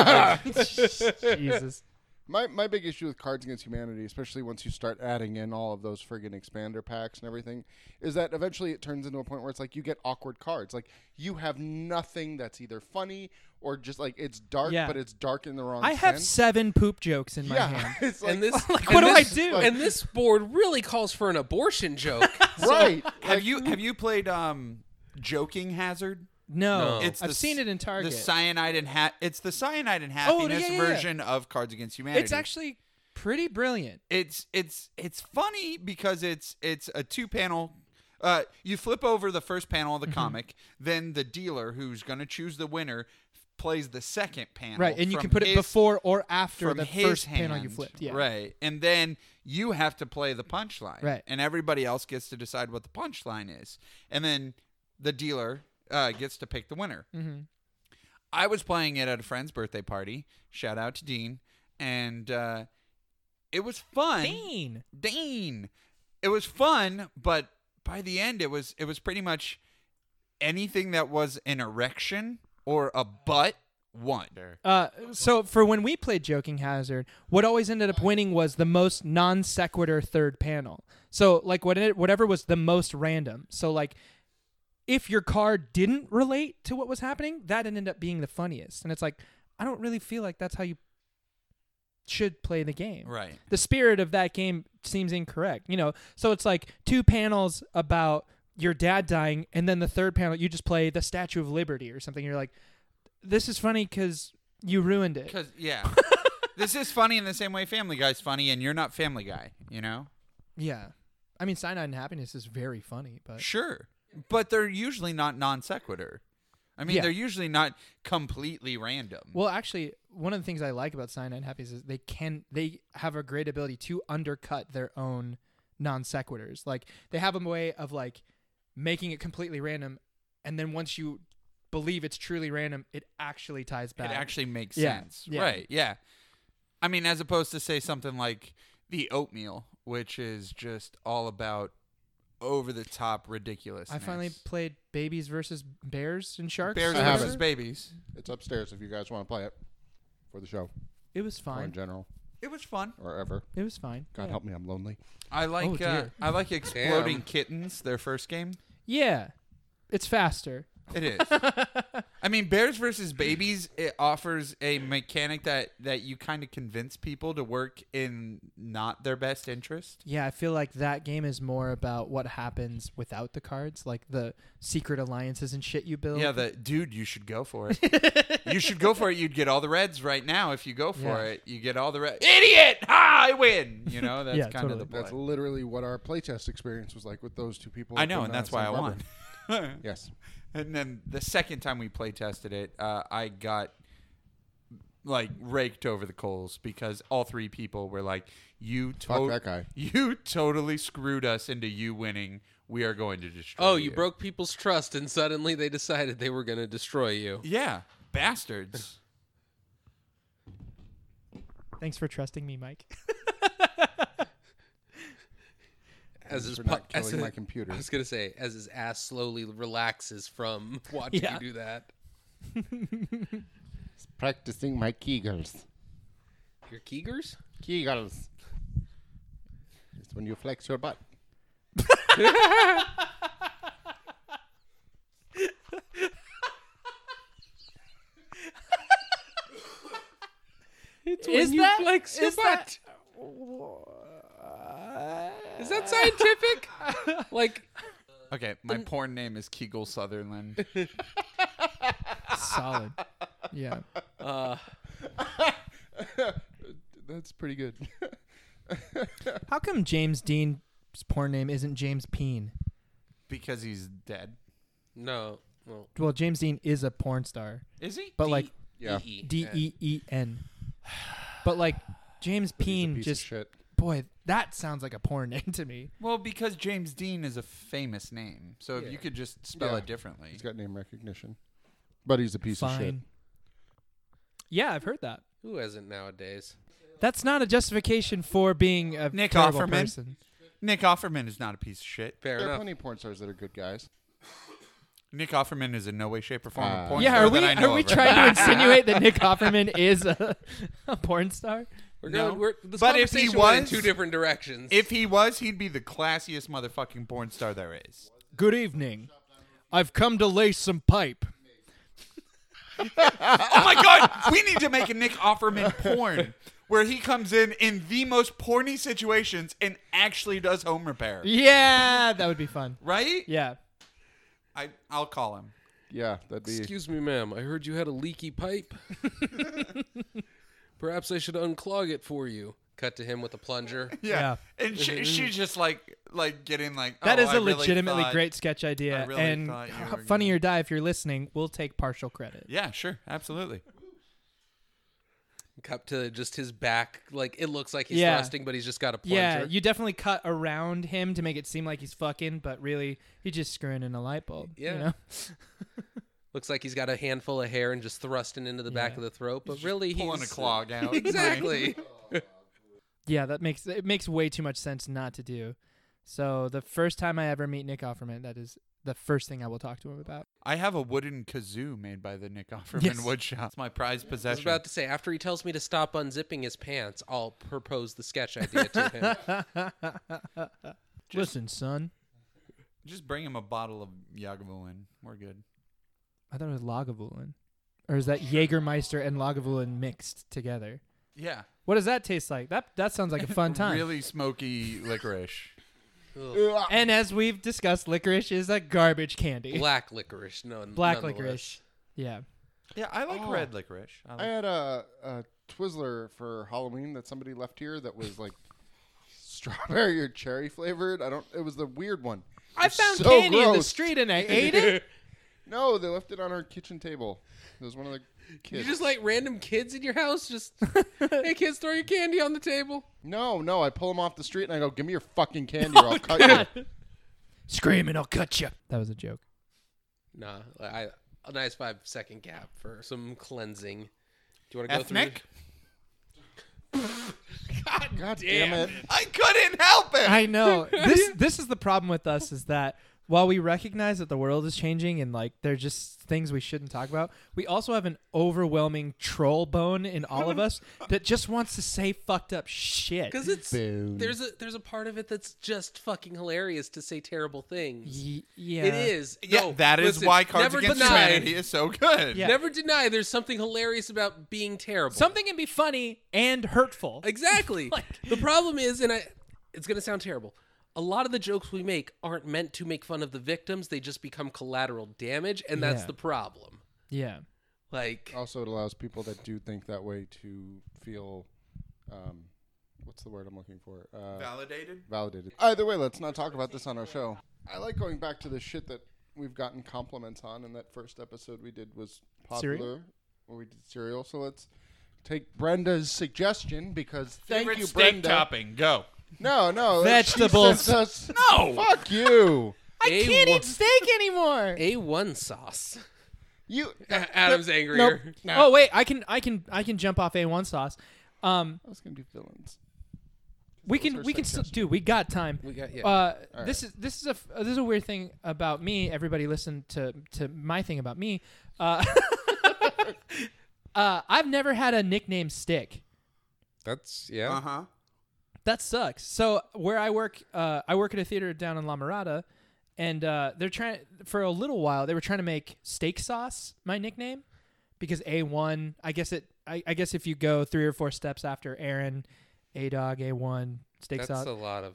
B: Jesus.
F: My my big issue with Cards Against Humanity, especially once you start adding in all of those friggin' expander packs and everything, is that eventually it turns into a point where it's like you get awkward cards. Like you have nothing that's either funny or just like it's dark,
B: Yeah.
F: but it's dark in the wrong.
B: I have
F: sense.
B: seven poop jokes in my
F: yeah.
B: hand.
F: It's like,
C: and this,
B: Like,
C: and
B: what do
C: this-
B: I do?
C: And this board really calls for an abortion joke.
F: right?
D: have you have you played um joking hazard?
B: No,
C: No.
D: It's
B: Oh. I've
D: the
B: seen
D: s-
B: it in Target.
D: The cyanide and ha- it's the cyanide and
B: Oh, yeah,
D: happiness
B: yeah, yeah.
D: version of Cards Against Humanity.
B: it's actually pretty brilliant.
D: it's it's it's funny because it's it's a two panel uh, you flip over the first panel of
B: Mm-hmm.
D: the comic, then the dealer who's going to choose the winner plays the second panel.
B: Right, and you can
D: from
B: put it
D: his-
B: before or after
D: from
B: the
D: his
B: first
D: hand,
B: panel you flipped. Yeah.
D: Right. And then you have to play the punchline.
B: Right.
D: And everybody else gets to decide what the punchline is. And then the dealer uh, gets to pick the winner. Mm-hmm. I was playing it at a friend's birthday party. Shout out to Dean. And uh, it was fun.
B: Dean.
D: Dean. It was fun, but by the end it was it was pretty much anything that was an erection or a butt won.
B: Uh, so for when we played Joking Hazard, what always ended up winning was the most non sequitur third panel. So like what it, whatever was the most random. So like if your card didn't relate to what was happening, that ended up being the funniest. And it's like I don't really feel like that's how you should play the game.
D: Right.
B: the spirit of that game seems incorrect you know so it's like two panels about your dad dying and then the third panel you just play the statue of liberty or something you're like this is funny because you ruined it
D: Because yeah, this is funny in the same way Family Guy's funny, and you're not Family Guy. You know,
B: yeah i mean cyanide and happiness is very funny but
D: sure, but they're usually not non sequitur. I mean,
B: Yeah.
D: they're usually not completely random.
B: well actually one of the things i like about cyanide and happiness is they can they have a great ability to undercut their own non sequiturs like they have a way of like making it completely random and then once you believe it's truly random it actually ties
D: it
B: back
D: actually makes
B: Yeah,
D: sense,
B: yeah.
D: right? Yeah, I mean, as opposed to say something like the oatmeal, which is just all about over the top ridiculous.
B: I finally played Babies versus Bears and Sharks.
D: bears
F: I haven't.
D: versus babies.
F: It's upstairs if you guys want to play it for the show
B: It was
F: or in
B: fine.
F: general
D: It was fun.
F: or ever.
B: It was fine.
F: God
B: yeah.
F: help me, I'm lonely.
D: I like
B: Oh,
D: uh,
B: dear.
D: I like exploding
C: Damn.
D: kittens. Their first game.
B: Yeah, it's faster.
D: It is. I mean, Bears versus Babies. It offers a mechanic that that you kind of convince people to work in not their best interest.
B: Yeah, I feel like that game is more about what happens without the cards, like the secret alliances and shit you build.
D: Yeah, the dude, you should go for it. you should go for it. You'd get all the reds right now if you go for
B: Yeah.
D: it. You get all the red. Idiot! Ah, I win. You know that's
B: Yeah,
D: kind
B: totally.
D: of the
F: That's
D: play.
F: literally what our playtest experience was like with those two people.
D: I
F: up
D: know,
F: in,
D: and
F: uh,
D: that's why I
F: Santa Barbara.
D: won.
F: Yes.
D: And then the second time we play tested it, uh, I got like raked over the coals because all three people were like, "You to-
F: that guy."
D: You totally screwed us into you winning. We are going to destroy."
C: Oh, you broke people's trust, and suddenly they decided they were going to destroy you.
D: Yeah, bastards.
B: Thanks for trusting me, Mike.
C: as his
F: for
C: pu-
F: not
C: as
F: killing my
C: his-
F: computer.
C: I was gonna say as his ass slowly relaxes from watching
B: Yeah.
C: you do that.
F: Practicing my kegels.
C: Your Keegers?
F: Kegels. It's when you flex your butt.
C: It's
B: Is
C: when you
B: that-
C: flex your
B: is that-
C: butt. Is that scientific? like
D: Okay, my porn name is Kegel Sutherland.
B: Solid. Yeah.
F: That's pretty good.
B: How come James Dean's porn name isn't James Peen?
D: because he's dead.
C: no, well,
B: Well, James Dean is a porn star,
D: Is he?
B: but like
F: yeah.
B: D E E N. But like James
F: He's a
B: Peen,
F: piece
B: just
F: of shit.
B: boy, that sounds like a porn name to me.
D: Well, because James Dean is a famous name. So if you could just spell
F: Yeah.
D: it differently.
F: He's got name recognition, but he's a piece of shit.
B: Fine. Yeah, I've heard that.
C: who hasn't nowadays?
B: That's not a justification for being a
D: Nick
B: terrible
D: Offerman.
B: person.
D: Nick Offerman is not a piece of shit.
C: Fair
F: There are
C: enough.
F: plenty of porn stars that are good guys.
D: Nick Offerman is in no way, shape, or form
F: Ah.
C: Uh,
D: a porn
B: Yeah,
D: star
B: are we
D: that I know
B: are we
D: of.
B: trying to insinuate that Nick Offerman is a, a porn star?
C: We're
D: No.
C: going. We're, this
D: But if he
C: conversation went in
D: was-
C: two different directions.
D: If he was, he'd be the classiest motherfucking porn star there is.
B: Good evening. I've come to lay some pipe.
D: Oh my god, we need to make a Nick Offerman porn where he comes in in the most porny situations and actually does home repair.
B: Yeah, that would be fun.
D: Right?
B: Yeah.
D: I I'll call him.
F: Yeah, that'd be.
C: Excuse me, ma'am. I heard you had a leaky pipe. Perhaps I should unclog it for you. Cut to him with a plunger.
D: Yeah. And she, she's just like like getting like
B: Mm-hmm. that
D: oh,
B: is
D: I
B: a
D: really
B: legitimately
D: thought-
B: great sketch idea.
D: I really
B: and
D: thought you were
B: funny or die, if you're listening, we'll take partial credit.
D: Yeah, sure. Absolutely.
C: Cut to just his back. Like it looks like he's
B: Yeah.
C: thrusting, but he's just got a plunger.
B: Yeah, you definitely cut around him to make it seem like he's fucking, but really he's just screwing in a light bulb.
C: Yeah.
B: You know?
C: looks like he's got a handful of hair and just thrusting into the back
B: Yeah.
C: of the throat. But really,
D: Pulling
C: he's
D: a clog out.
C: Exactly.
B: Yeah, that makes it makes way too much sense not to do. So the first time I ever meet Nick Offerman, that is the first thing I will talk to him about.
D: I have a wooden kazoo made by the Nick Offerman
B: Yes.
D: woodshop. It's my prized
C: I was
D: possession.
C: about to say after he tells me to stop unzipping his pants, I'll propose the sketch idea to him.
B: Listen, son.
D: Just bring him a bottle of Yagavulin. We're good.
B: I thought it was Lagavulin. Or
F: Oh,
B: is that Jägermeister and Lagavulin mixed together?
D: Yeah.
B: What does that taste like? That that sounds like a fun time.
D: Really smoky licorice.
B: And as we've discussed, licorice is a garbage candy.
C: Black licorice, no,
B: Black licorice. Yeah.
D: Yeah, I like
F: Oh.
D: red licorice. I
F: I
D: like
F: had a, a Twizzler for Halloween that somebody left here that was like strawberry or cherry flavored. I don't. It was the weird one.
B: I found
F: so
B: candy in the
F: gross.
B: street and I ate it.
F: No, they left it on our kitchen table. It was one of the
C: You
F: kids.
C: just like random kids in your house, just hey kids, throw your candy on the table.
F: no, no. I pull them off the street and I go, "Give me your fucking candy,
B: Oh
F: or I'll cut you."
B: Screaming, I'll cut you. That was a joke.
C: Nah, I a nice five second gap for some cleansing. Do you want to go
D: ethnic.
F: God damn it!
D: I couldn't help it.
B: I know. This this is the problem with us is that while we recognize that the world is changing and like there's just things we shouldn't talk about, we also have an overwhelming troll bone in all of us that just wants to say fucked up shit.
C: Because it's there's a there's a part of it that's just fucking hilarious to say terrible things.
B: Ye- yeah.
C: It is.
D: Yeah,
C: No,
D: that is
C: listen,
D: why Cards
C: never
D: Against
C: deny,
D: Humanity is so good.
B: Yeah.
C: Never deny there's something hilarious about being terrible.
B: Something can be funny and hurtful.
C: Exactly.
B: Like-
C: the problem is, and I, it's going to sound terrible. A lot of the jokes we make aren't meant to make fun of the victims. They just become collateral damage, and that's
B: Yeah.
C: the problem.
B: yeah.
C: Like,
F: Also, it allows people that do think that way to feel, um, what's the word I'm looking for? Uh,
D: Validated.
F: validated. Either way, let's not talk about this on our show. I like going back to the shit that we've gotten compliments on, and that first episode we did was popular.
B: Cereal?
F: Where we did cereal, so let's take Brenda's suggestion because thank
D: Favorite
F: you,
D: steak
F: Brenda.
D: topping. Go.
F: No, no, that she
B: Vegetables.
F: sent us-
D: No.
F: fuck you.
B: I
C: A
B: can't
C: one-
B: eat steak anymore.
C: A one sauce.
F: You,
C: Adam's angrier.
F: Nope.
B: Oh wait, I can I can I can jump off A1 sauce. Um
F: I was gonna do villains.
B: we
F: What's
B: can
F: our
B: we can still
F: suggestion?
B: do. We got time.
C: We got yeah.
B: Uh,
F: All
B: this is this is a f- uh, this is a weird thing about me. Everybody listen to to my thing about me. Uh, uh, I've never had a nickname stick.
A: That's yeah.
D: Uh huh.
B: That sucks. So where I work, uh, I work at a theater down in La Mirada, and uh, they're trying for a little while. They were trying to make steak sauce my nickname because a one. I guess it. I, I guess if you go three or four steps after Aaron, a dog, a one steak
A: That's
B: sauce.
A: a lot of.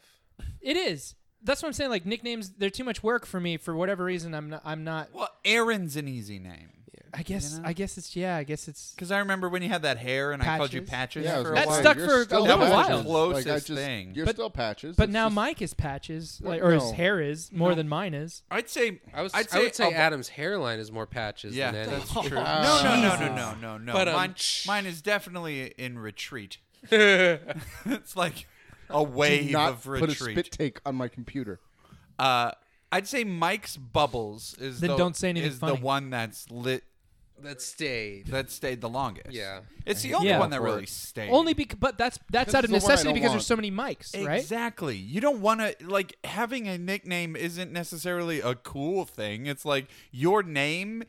B: it is. That's what I'm saying. Like nicknames, they're too much work for me. For whatever reason, I'm not. I'm not.
D: Well, Aaron's an easy name.
B: I guess.
D: know?
B: I guess it's. Yeah. I guess it's.
D: Because I remember when you had that hair and I called you
B: Patches?
D: Patches
F: Yeah, I was
D: for a
F: gonna
B: That
F: say,
D: while.
B: stuck
F: you're
B: for a
F: still
B: little
F: patches.
B: while.
F: Like,
D: Closest
F: I just-
D: thing.
F: You're
B: But-
F: still patches.
B: But
F: It's
B: now
F: just-
B: Mike is patches,
F: Well,
B: like, or his
F: no.
B: hair is more than mine is.
D: I'd say
C: I was.
D: I'd
C: I would say
D: a-
C: Adam's hairline is more patches
D: Yeah,
C: than
D: that's
C: Annie's.
D: true. No,
F: Ah.
D: no, no, no, no, no, no.
C: But, um,
D: mine, mine is definitely in retreat. it's like a
F: Do
D: wave
F: not
D: of
F: put a
D: retreat.
F: spit take on my computer.
D: uh, I'd say Mike's bubbles is
B: Then
D: the,
B: don't say anything
D: is
B: funny.
D: the one that's lit
C: That stayed.
D: that stayed the longest.
C: Yeah.
D: it's the only
B: Yeah.
D: one that
F: Awkward.
D: really stayed.
B: Only because, but that's that's
F: This
B: out of
F: is the one I
B: necessity
F: don't
B: because
F: want.
B: there's so many mics, right?
D: Exactly. You don't want to like having a nickname isn't necessarily a cool thing. It's like your name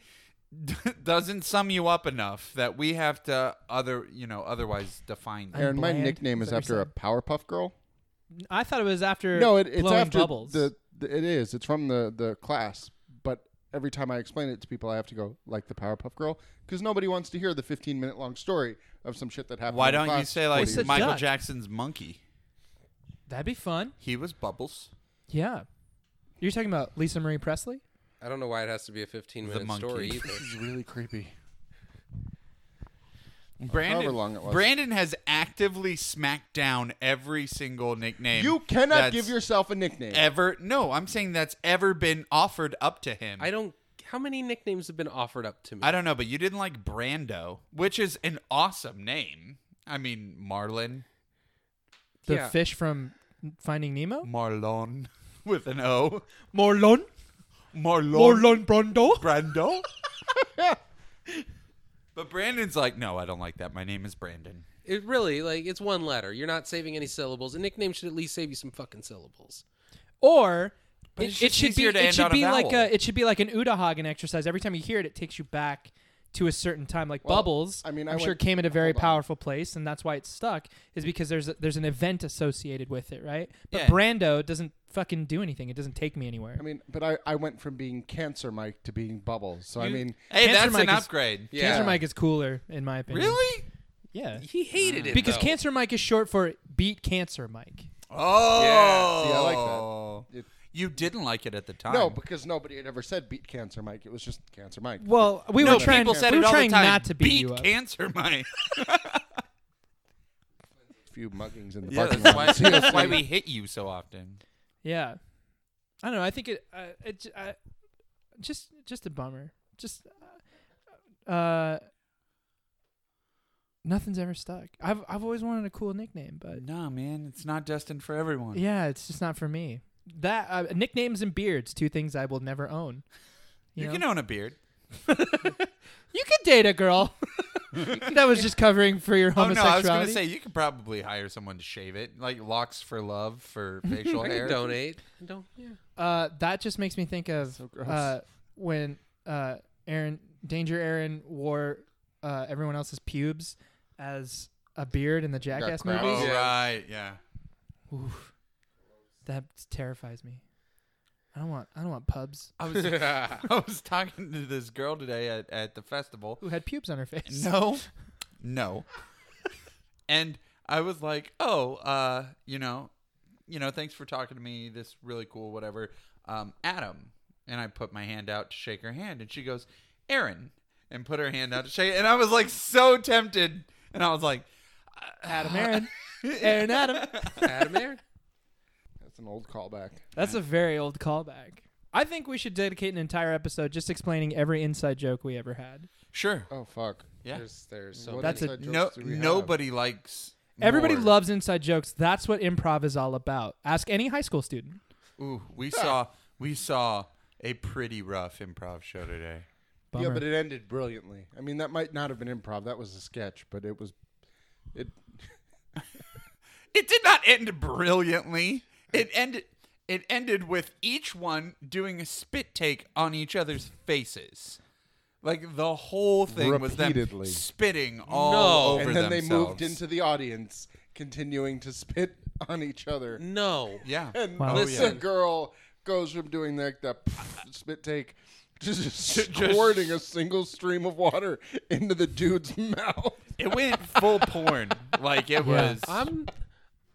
D: d- doesn't sum you up enough that we have to other you know otherwise define. you.
B: I'm
F: Aaron, my
B: bland.
F: nickname
B: Is
F: is
B: that what
F: after
B: you're
F: a Powerpuff Girl.
B: I thought it was after
F: No, it, it's
B: blowing
F: after
B: bubbles.
F: the. the- It is. It's from the the class. But every time I explain it to people, I have to go like the Powerpuff Girl because nobody wants to hear the 15 minute long story of some shit that happened.
D: Why
F: in
D: don't you
F: class
D: say like
B: What's the
D: Michael
B: duck?
D: Jackson's monkey?
B: That'd be fun.
D: He was Bubbles.
B: Yeah, you're talking about Lisa Marie Presley.
C: I don't know why it has to be a 15
D: The
C: minute
D: monkey.
C: story either.
F: It's really creepy.
D: Brandon,
F: long it was.
D: Brandon has actively smacked down every single nickname.
F: You cannot
D: that's
F: give yourself a nickname.
D: ever. No, I'm saying that's ever been offered up to him.
C: I don't. How many nicknames have been offered up to me?
D: I don't know, but you didn't like Brando, which is an awesome name. I mean, Marlin,
B: The
C: Yeah.
B: fish from Finding Nemo.
D: Marlon with an O,
B: Marlon,
D: Marlon,
B: Brando.
D: Brando. but Brandon's like, no, I don't like that. My name is Brandon.
C: It really like it's one letter. You're not saving any syllables. A nickname should at least save you some fucking syllables.
B: Or
D: But
B: it,
D: it's
B: it
D: just
B: should be
D: easier to
B: it
D: end
B: should
D: on a
B: be like
D: vowel.
B: a it should be like an Udahagen exercise. Every time you hear it, it takes you back to a certain time. Like
F: Well,
B: bubbles,
F: I mean, I
B: I'm sure
F: went-
B: came at a very
F: hold on.
B: powerful place, and that's why it's stuck. Is because there's a, there's an event associated with it, right? But
D: Yeah.
B: Brando doesn't fucking do anything. It doesn't take me anywhere.
F: I mean, but I, I went from being Cancer Mike to being Bubbles. So I mean,
D: Hey,
B: Cancer
D: that's
B: Mike
D: an
B: is-
D: upgrade.
C: Yeah.
B: Cancer Mike is cooler in my opinion.
D: Really?
B: Yeah.
C: He hated it
B: Because
C: though.
B: Cancer Mike is short for beat Cancer Mike.
D: Oh,
F: See, I like that. It-
D: You didn't like it at the time.
F: no, because nobody had ever said beat Cancer Mike. It was just Cancer Mike.
B: Well, we
D: no,
B: were trying.
D: people said
B: we
D: it
B: were
D: all
B: trying
D: the time.
B: not to beat, you up.
D: cancer, Mike.
F: A few muggings in the
D: yeah,
F: parking
D: that's why,
F: lot. See,
D: that's
F: it's
D: why
F: like-
D: we hit you so often.
B: yeah, I don't know. I think it. Uh, it j- I, just just a bummer. Just uh, uh, nothing's ever stuck. I've I've always wanted a cool nickname, but
D: No, man, it's not destined for everyone.
B: yeah, it's just not for me. That uh, nicknames and beards, two things I will never own.
D: You,
B: know?
D: can own a beard.
B: you could date a girl. that was just covering for your
D: Oh no,
B: homosexuality.
D: I was gonna say you could probably hire someone to shave it, like locks for love for facial
C: I
D: hair.
C: can donate. Don't. Yeah.
B: Uh, that just makes me think of
F: So gross.
B: uh, when uh, Aaron Danger Aaron wore uh, everyone else's pubes as a beard in the Jackass
F: crap.
B: movie.
D: Oh
C: Yeah.
D: right, yeah.
B: Oof. That terrifies me. I don't want I don't want pubs
D: I was I was talking to this girl today at, at the festival,
B: who had pubes on her face.
D: No, no. and I was like, oh, uh, you know, you know, thanks for talking to me. This really cool, whatever. Um, Adam. And I put my hand out to shake her hand, and she goes, Aaron, and put her hand out to shake. And I was like so tempted, and I was like,
B: Adam Aaron. Aaron Adam.
C: Adam Aaron.
F: That's an old callback.
B: That's a very old callback. I think we should dedicate an entire episode just explaining every inside joke we ever had.
D: sure,
F: Oh fuck.
D: yeah.
C: There's there's so
F: What
B: That's a-
F: inside jokes
D: No,
F: do we have?
D: nobody likes.
B: Everybody
D: more.
B: loves inside jokes. That's what improv is all about. Ask any high school student.
D: Ooh, we saw we saw a pretty rough improv show today.
B: Bummer.
F: Yeah, but it ended brilliantly. I mean, that might not have been improv. That was a sketch, but it was. It
D: It did not end brilliantly. It ended. It ended with each one doing a spit take on each other's faces. Like the whole thing
F: Repeatedly.
D: was them spitting all
C: No.
D: over
F: and then they moved
D: themselves.
F: into the audience, continuing to spit on each other.
C: No.
D: Oh, yeah.
F: And
B: Wow.
F: this
C: Listen.
F: girl goes from doing like the spit take to just
D: To just-
F: squirting a single stream of water into the dude's mouth.
D: It went full porn. Like it was.
C: I'm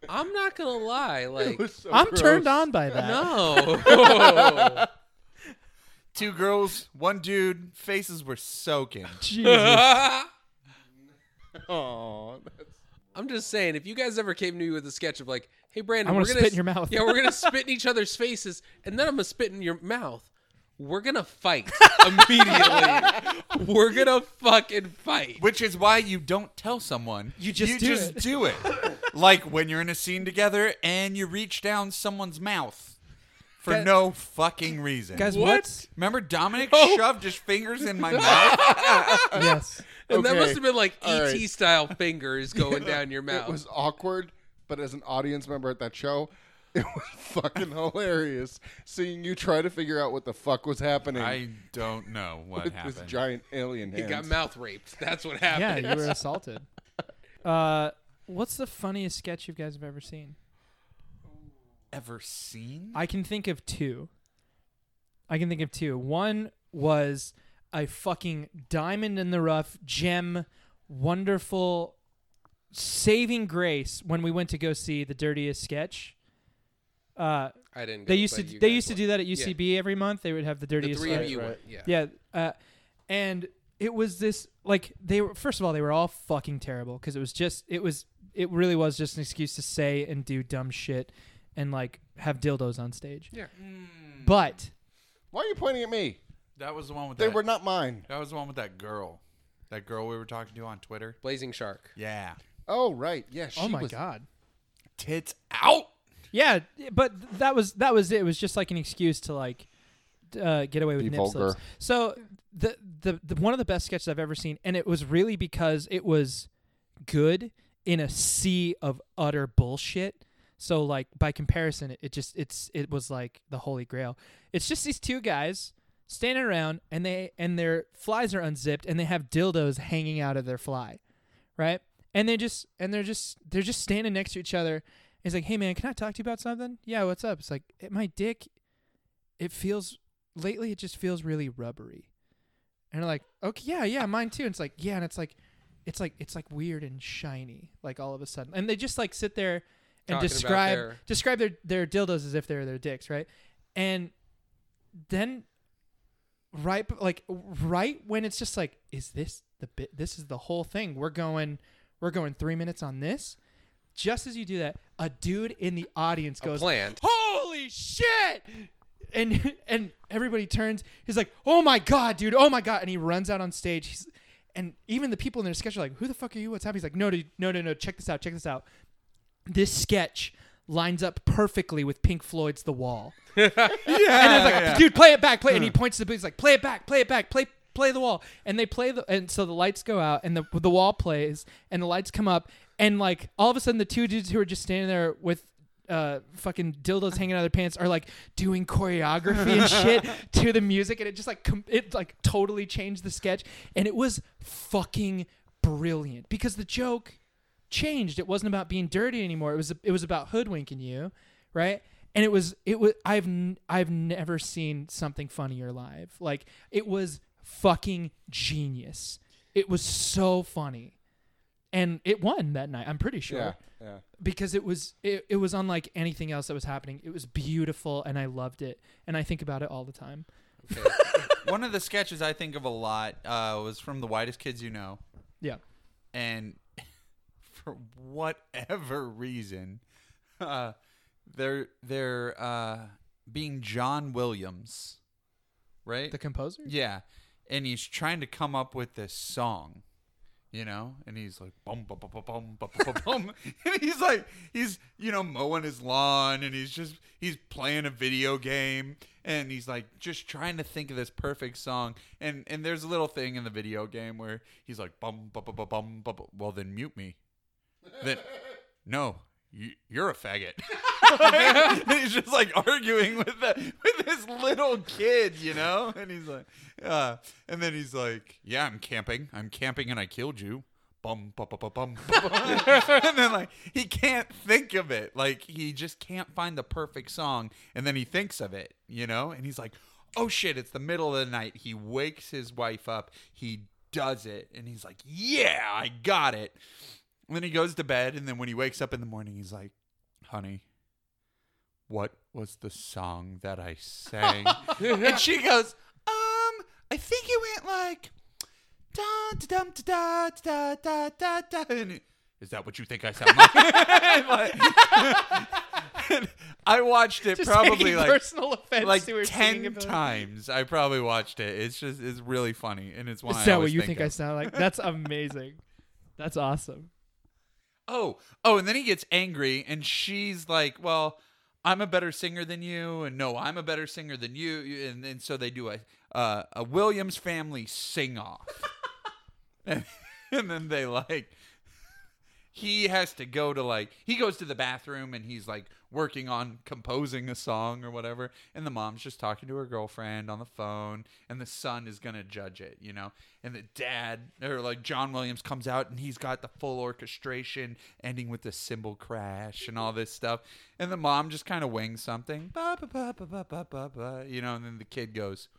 C: I'm not gonna lie, like
F: It was so
B: I'm
F: gross.
B: turned on by that.
C: no.
D: two girls, one dude. Faces were soaking.
B: Jesus.
F: Aw, that's-
C: I'm just saying, if you guys ever came to me with a sketch of like, hey Brandon,
B: I'm
C: we're
B: gonna
C: gonna
B: spit in your mouth.
C: yeah, we're gonna spit in each other's faces, and then I'm gonna spit in your mouth. We're gonna fight immediately. we're gonna fucking fight.
D: Which is why you don't tell someone.
B: You just
D: you
B: do
D: just
B: it.
D: do it. like when you're in a scene together and you reach down someone's mouth for
B: Guys-
D: no fucking reason.
B: Guys,
C: What?
B: what's
D: Remember Dominic
F: Oh.
D: shoved his fingers in my mouth?
B: yes.
C: And that
F: Okay.
C: must have been like
F: All
C: ET
F: right.
C: E style fingers going down your mouth.
F: it was awkward, but as an audience member at that show, it was fucking hilarious seeing you try to figure out what the fuck was happening
D: I don't know what
F: with
D: happened.
F: this giant alien
C: he
F: hand.
C: got mouth raped. That's what
B: Yeah,
C: happened.
B: you were assaulted. Uh, what's the funniest sketch you guys have ever seen?
D: Ever seen?
B: I can think of two. I can think of two. One was a fucking diamond in the rough, gem, wonderful, saving grace when we went to go see the dirtiest sketch. Uh,
C: I didn't. Go,
B: they used to
C: but you
B: they
C: guys
B: used to
C: went.
B: do that at UCB every month. They would have the
C: The
B: dirtiest.
C: three of
B: sketch.
C: you
F: right.
C: went. Yeah.
B: Yeah. Uh, and it was this like they were first of all they were all fucking terrible because it was just it was it really was just an excuse to say and do dumb shit and like have dildos on stage.
C: Yeah.
B: But
F: Why are you pointing at me?
D: That was the one with
F: They
D: that.
F: were not mine.
D: that was the one with that girl. That girl we were talking to on Twitter.
C: Blazing Shark.
D: Yeah.
F: Oh right, yeah. She
B: oh my
F: was,
B: god.
D: Tits out.
B: Yeah, but th- that was that was it. It was just like an excuse to like d- uh, get away with
F: Be
B: nip
F: vulgar.
B: slips. So the, the the one of the best sketches I've ever seen, and it was really because it was good in a sea of utter bullshit. So like by comparison, it, it just it's it was like the holy grail. It's just these two guys standing around, and they and their flies are unzipped, and they have dildos hanging out of their fly, right? And they just and they're just they're just standing next to each other. He's like, "Hey man, can I talk to you about something?" "Yeah, what's up?" It's like, "Eh, "My dick it feels lately it just feels really rubbery." And they're like, "Okay, yeah, yeah, mine too." And it's like, "Yeah," and it's like it's like it's like weird and shiny like all of a sudden. And they just like sit there and
C: Talking about
B: describe
C: their-
B: describe their their dildos as if they're their dicks, right? And then right b- like right when it's just like is this the bit this is the whole thing we're going we're going three minutes on this just as you do that a dude in the audience
C: A
B: goes
C: plant.
B: holy shit and and everybody turns he's like oh my god dude oh my god and he runs out on stage he's, and even the people in their sketch are like who the fuck are you what's happening he's like no dude no no no check this out check this out this sketch lines up perfectly with pink floyd's the wall and it's like, dude, play it back, play. it." And he points to the booth. He's like, play it back, play it back, play, play the wall. And they play the, and so the lights go out, and the the wall plays, and the lights come up, and like all of a sudden, the two dudes who are just standing there with. Uh, fucking dildos hanging out of their pants are like doing choreography and shit to the music, and it just like com- it like totally changed the sketch, and it was fucking brilliant because the joke changed. It wasn't about being dirty anymore. It was it was about hoodwinking you, right? And it was it was I've n- I've never seen something funnier live. Like it was fucking genius. It was so funny, and it won that night. I'm pretty sure
F: Yeah, yeah.
B: because it was it, it was unlike anything else that was happening. It was beautiful, and I loved it, and I think about it all the time.
D: One of the sketches I think of a lot uh, was from The Whitest Kids You Know.
B: Yeah,
D: and for whatever reason, uh, they're they're uh, being John Williams, right?
B: the composer.
D: yeah, and he's trying to come up with this song, you know, and he's like bum bum bum bum bum bum bum, bum, and he's like he's you know mowing his lawn, and he's just he's playing a video game. And he's like just trying to think of this perfect song, and and there's a little thing in the video game where he's like bum bum bum bum bum. bum, bum. Well, then mute me. Then no, "You- you're a faggot. he's just like arguing with the, with this little kid, you know. And he's like, uh, and then he's like, yeah, I'm camping. I'm camping, and I killed you. Bum, bum, bum, bum, bum, bum. and then like he can't think of it. Like he just can't find the perfect song, and then he thinks of it, you know. And he's like, oh shit, it's the middle of the night. He wakes his wife up. He does it, and he's like, yeah, I got it. And then he goes to bed, and then when he wakes up in the morning, he's like, "Honey, what was the song that I sang?" and she goes, "Um, I think it went like da da dum, da da da da da da." And he- Is that what you think I sound like? Like- and I watched it
B: Just
D: probably
B: taking
D: like
B: personal offense
D: like
B: to her singing
D: ten
B: about-
D: times. I probably watched it. It's just it's really funny, and it's one.
B: Is
D: I
B: that
D: always
B: what you think
D: of.
B: I sound like? That's amazing. That's awesome.
D: oh, oh, and then he gets angry, and she's like, "Well, I'm a better singer than you, and no, I'm a better singer than you," and, and so they do a uh, a Williams family sing off, and, and then they like he has to go to like he goes to the bathroom and he's like working on composing a song or whatever and the mom's just talking to her girlfriend on the phone and the son is going to judge it you know and the dad or like John Williams comes out and he's got the full orchestration ending with the cymbal crash and all this stuff and the mom just kind of wings something ba ba ba ba ba ba ba ba you know and then the kid goes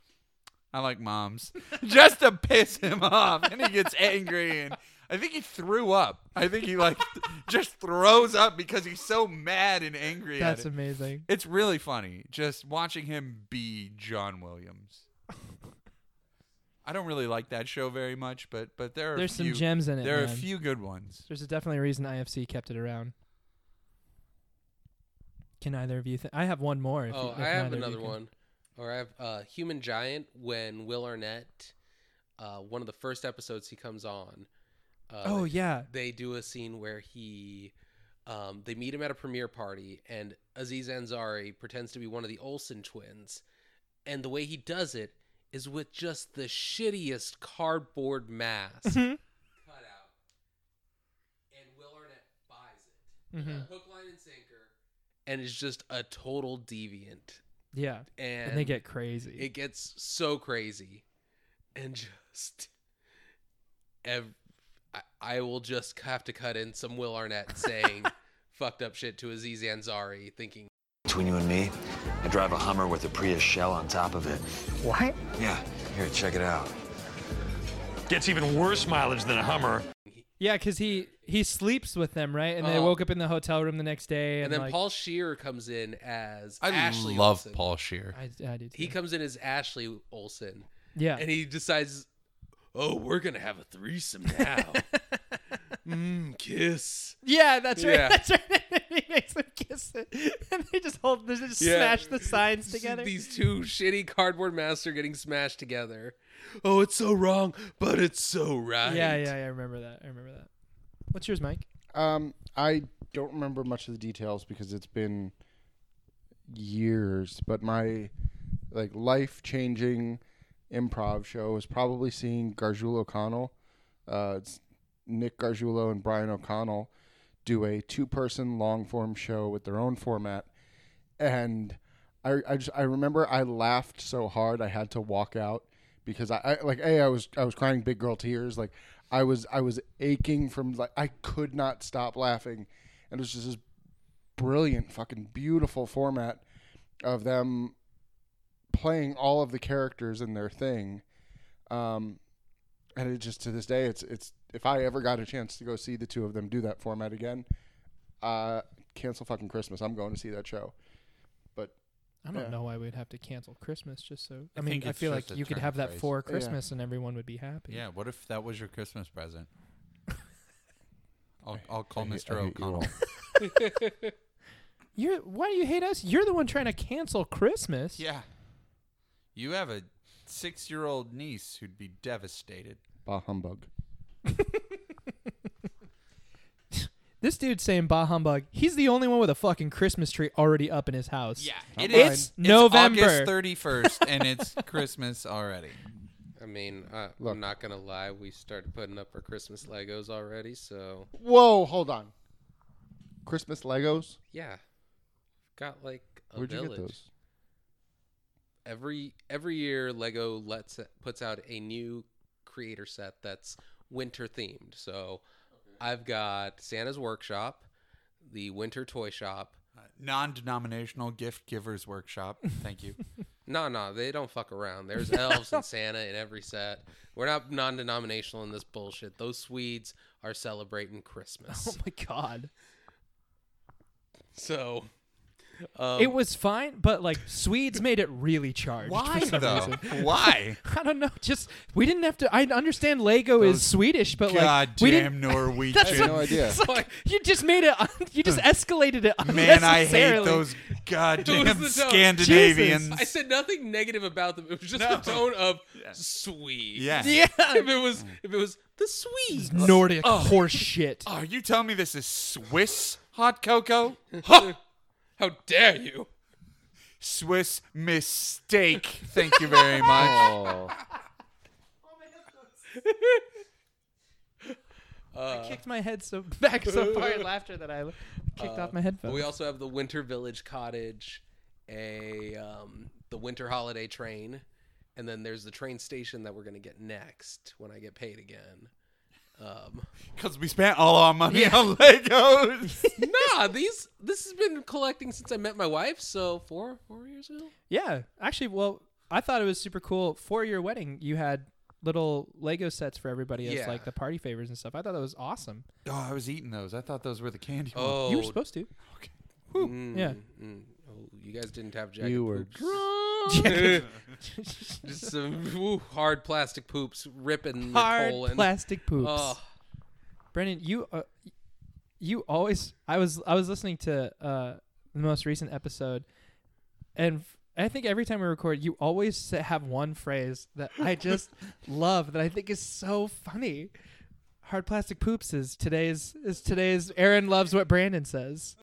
D: I like moms. Just to piss him off. And he gets angry and I think he threw up. I think he like just throws up because he's so mad and angry
B: That's
D: at it.
B: amazing.
D: It's really funny just watching him be John Williams. I don't really like that show very much, but but there are
B: There's
D: a
B: some
D: few,
B: gems in it.
D: there are a
B: man.
D: few good ones.
B: There's definitely a reason IFC kept it around. Can either of you? Th- I have one more. If you,
I: Oh,
B: if
I: I have
B: neither of you
I: another
B: can-
I: one. Or I have uh, Human Giant when Will Arnett, uh, one of the first episodes he comes on. Uh,
B: Oh
I: they-
B: yeah,
I: They do a scene where he, um, they meet him at a premiere party, and Aziz Ansari pretends to be one of the Olsen twins, and the way he does it is with just the shittiest cardboard mask
B: Mhm.
I: cut out, and Will Arnett buys it,
B: Mhm.
I: hook, line, and sinker, and is just a total deviant
B: yeah,
I: and,
B: and, they get crazy.
I: it gets so crazy and just ev- I, I will just have to cut in some will arnett saying fucked up shit to aziz ansari thinking
C: Between you and me, I drive a Hummer with a Prius shell on top of it.
J: What?
C: Yeah, here, check it out.
J: Gets even worse mileage than a Hummer.
B: yeah, because he he sleeps with them, right? And they
I: Uh-huh.
B: woke up in the hotel room the next day, and,
I: and then
B: like,
I: paul shear comes in as
D: I
I: ashley
D: love
I: Olsen.
D: Paul Shear.
B: I, I do
I: he
B: too.
I: comes in as ashley olsen
B: yeah,
I: and he decides oh we're gonna have a threesome now mm, kiss
B: yeah, that's right,
I: Yeah.
B: that's right. he makes them kiss it, and they just hold, they just
I: Yeah.
B: smash the signs
I: See
B: together.
I: These two shitty cardboard masks are getting smashed together. Oh, it's so wrong, but it's so right.
B: yeah, yeah, yeah, I remember that. I remember that. What's yours, Mike?
F: Um, I don't remember much of the details because it's been years, but my like life changing improv show was probably seeing Garjul O'Connell. Uh, it's Nick Garjulo and Brian O'Connell do a two person long form show with their own format. And I, I just I remember I laughed so hard I had to walk out because I, I like a I was I was crying big girl tears like I was I was aching from like I could not stop laughing and it was just this brilliant fucking beautiful format of them playing all of the characters in their thing um and it just to this day it's it's if I ever got a chance to go see the two of them do that format again uh cancel fucking Christmas I'm going to see that show but
B: I don't
F: Yeah.
B: know why we'd have to cancel Christmas just so. I,
D: I
B: mean,
D: think
B: I
D: it's
B: feel
D: just
B: like
D: a
B: you could
D: turn
B: have
D: of
B: that
D: phrase.
B: for Christmas and everyone would be happy.
D: Yeah, what if that was your Christmas present? I'll, I'll call
F: I hate-
D: Mr.
F: I hate you all.
D: O'Connell.
B: You're why do you hate us? You're the one trying to cancel Christmas.
D: Yeah. You have a six year old niece who'd be devastated.
F: bah humbug
B: This dude's saying bah humbug. He's the only one with a fucking Christmas tree already up in his house.
D: it
F: mine.
D: is
B: It's November.
D: Oh August 31st, and it's Christmas already.
I: I mean, I,
F: Look.
I: I'm not gonna lie. We started putting up our Christmas Legos already, so
F: whoa hold on Christmas Legos.
I: Yeah, got like a
F: Where'd
I: village.
F: you get those?
I: Every every year, Lego lets puts out a new creator set that's winter themed. So, I've got Santa's Workshop, the Winter Toy Shop.
D: Non-denominational gift givers workshop. Thank you.
I: No, no, they don't fuck around. There's elves and Santa in every set. We're not non-denominational in this bullshit. Those Swedes are celebrating Christmas.
B: Oh my god.
I: So,
D: Oh.
I: um,
B: it was fine, but like Swedes made it really charged.
D: Why
B: for some
D: though?
B: reason.
D: Why?
B: I don't know. Just we didn't have to. I understand Lego
D: Those
B: is Swedish, but like we
D: Goddamn
B: didn't. That's
D: Norwegian.
F: what- no idea.
B: it's like, you just made it. un- You just escalated it.
D: Man, I hate
B: unnecessarily.
D: those goddamn
I: Those are the-
D: Scandinavians.
I: I said nothing negative about them. It was just
D: No.
I: the tone of Swedes.
D: yeah.
B: Yeah.
I: If it was, if it was the Swedes.
B: Nordic horse shit.
D: Are Oh, you telling me this is Swiss hot cocoa?
I: How dare you?
D: Swiss mistake. Thank you very much.
F: Oh,
B: I kicked my head so back so far in laughter that I kicked off my headphones.
I: We also have the Winter Village Cottage, a um, the Winter Holiday Train, and then there's the train station that we're gonna get next when I get paid again. Um,
D: Because we spent all our money on Legos.
I: nah, these this has been collecting since I met my wife, so four four years ago.
B: Yeah, actually, well, I thought it was super cool for your wedding. You had little Lego sets for everybody as
I: Yeah.
B: like the party favors and stuff. I thought that was awesome.
D: oh, I was eating those. I thought those were the candy ones.
I: Oh,
B: you were supposed to.
I: mm,
B: yeah.
I: mm. oh, you guys didn't have jacket
F: you were
I: poops.
B: Just
I: Just some ooh, hard plastic poops ripping the
B: Hard
I: colon.
B: plastic poops.
I: Oh,
B: Brennan, you uh, you always I was I was listening to uh the most recent episode and f- I think every time we record you always sa- have one phrase that I just love that I think is so funny. Hard plastic poops is today's is today's Aaron loves what Brandon says.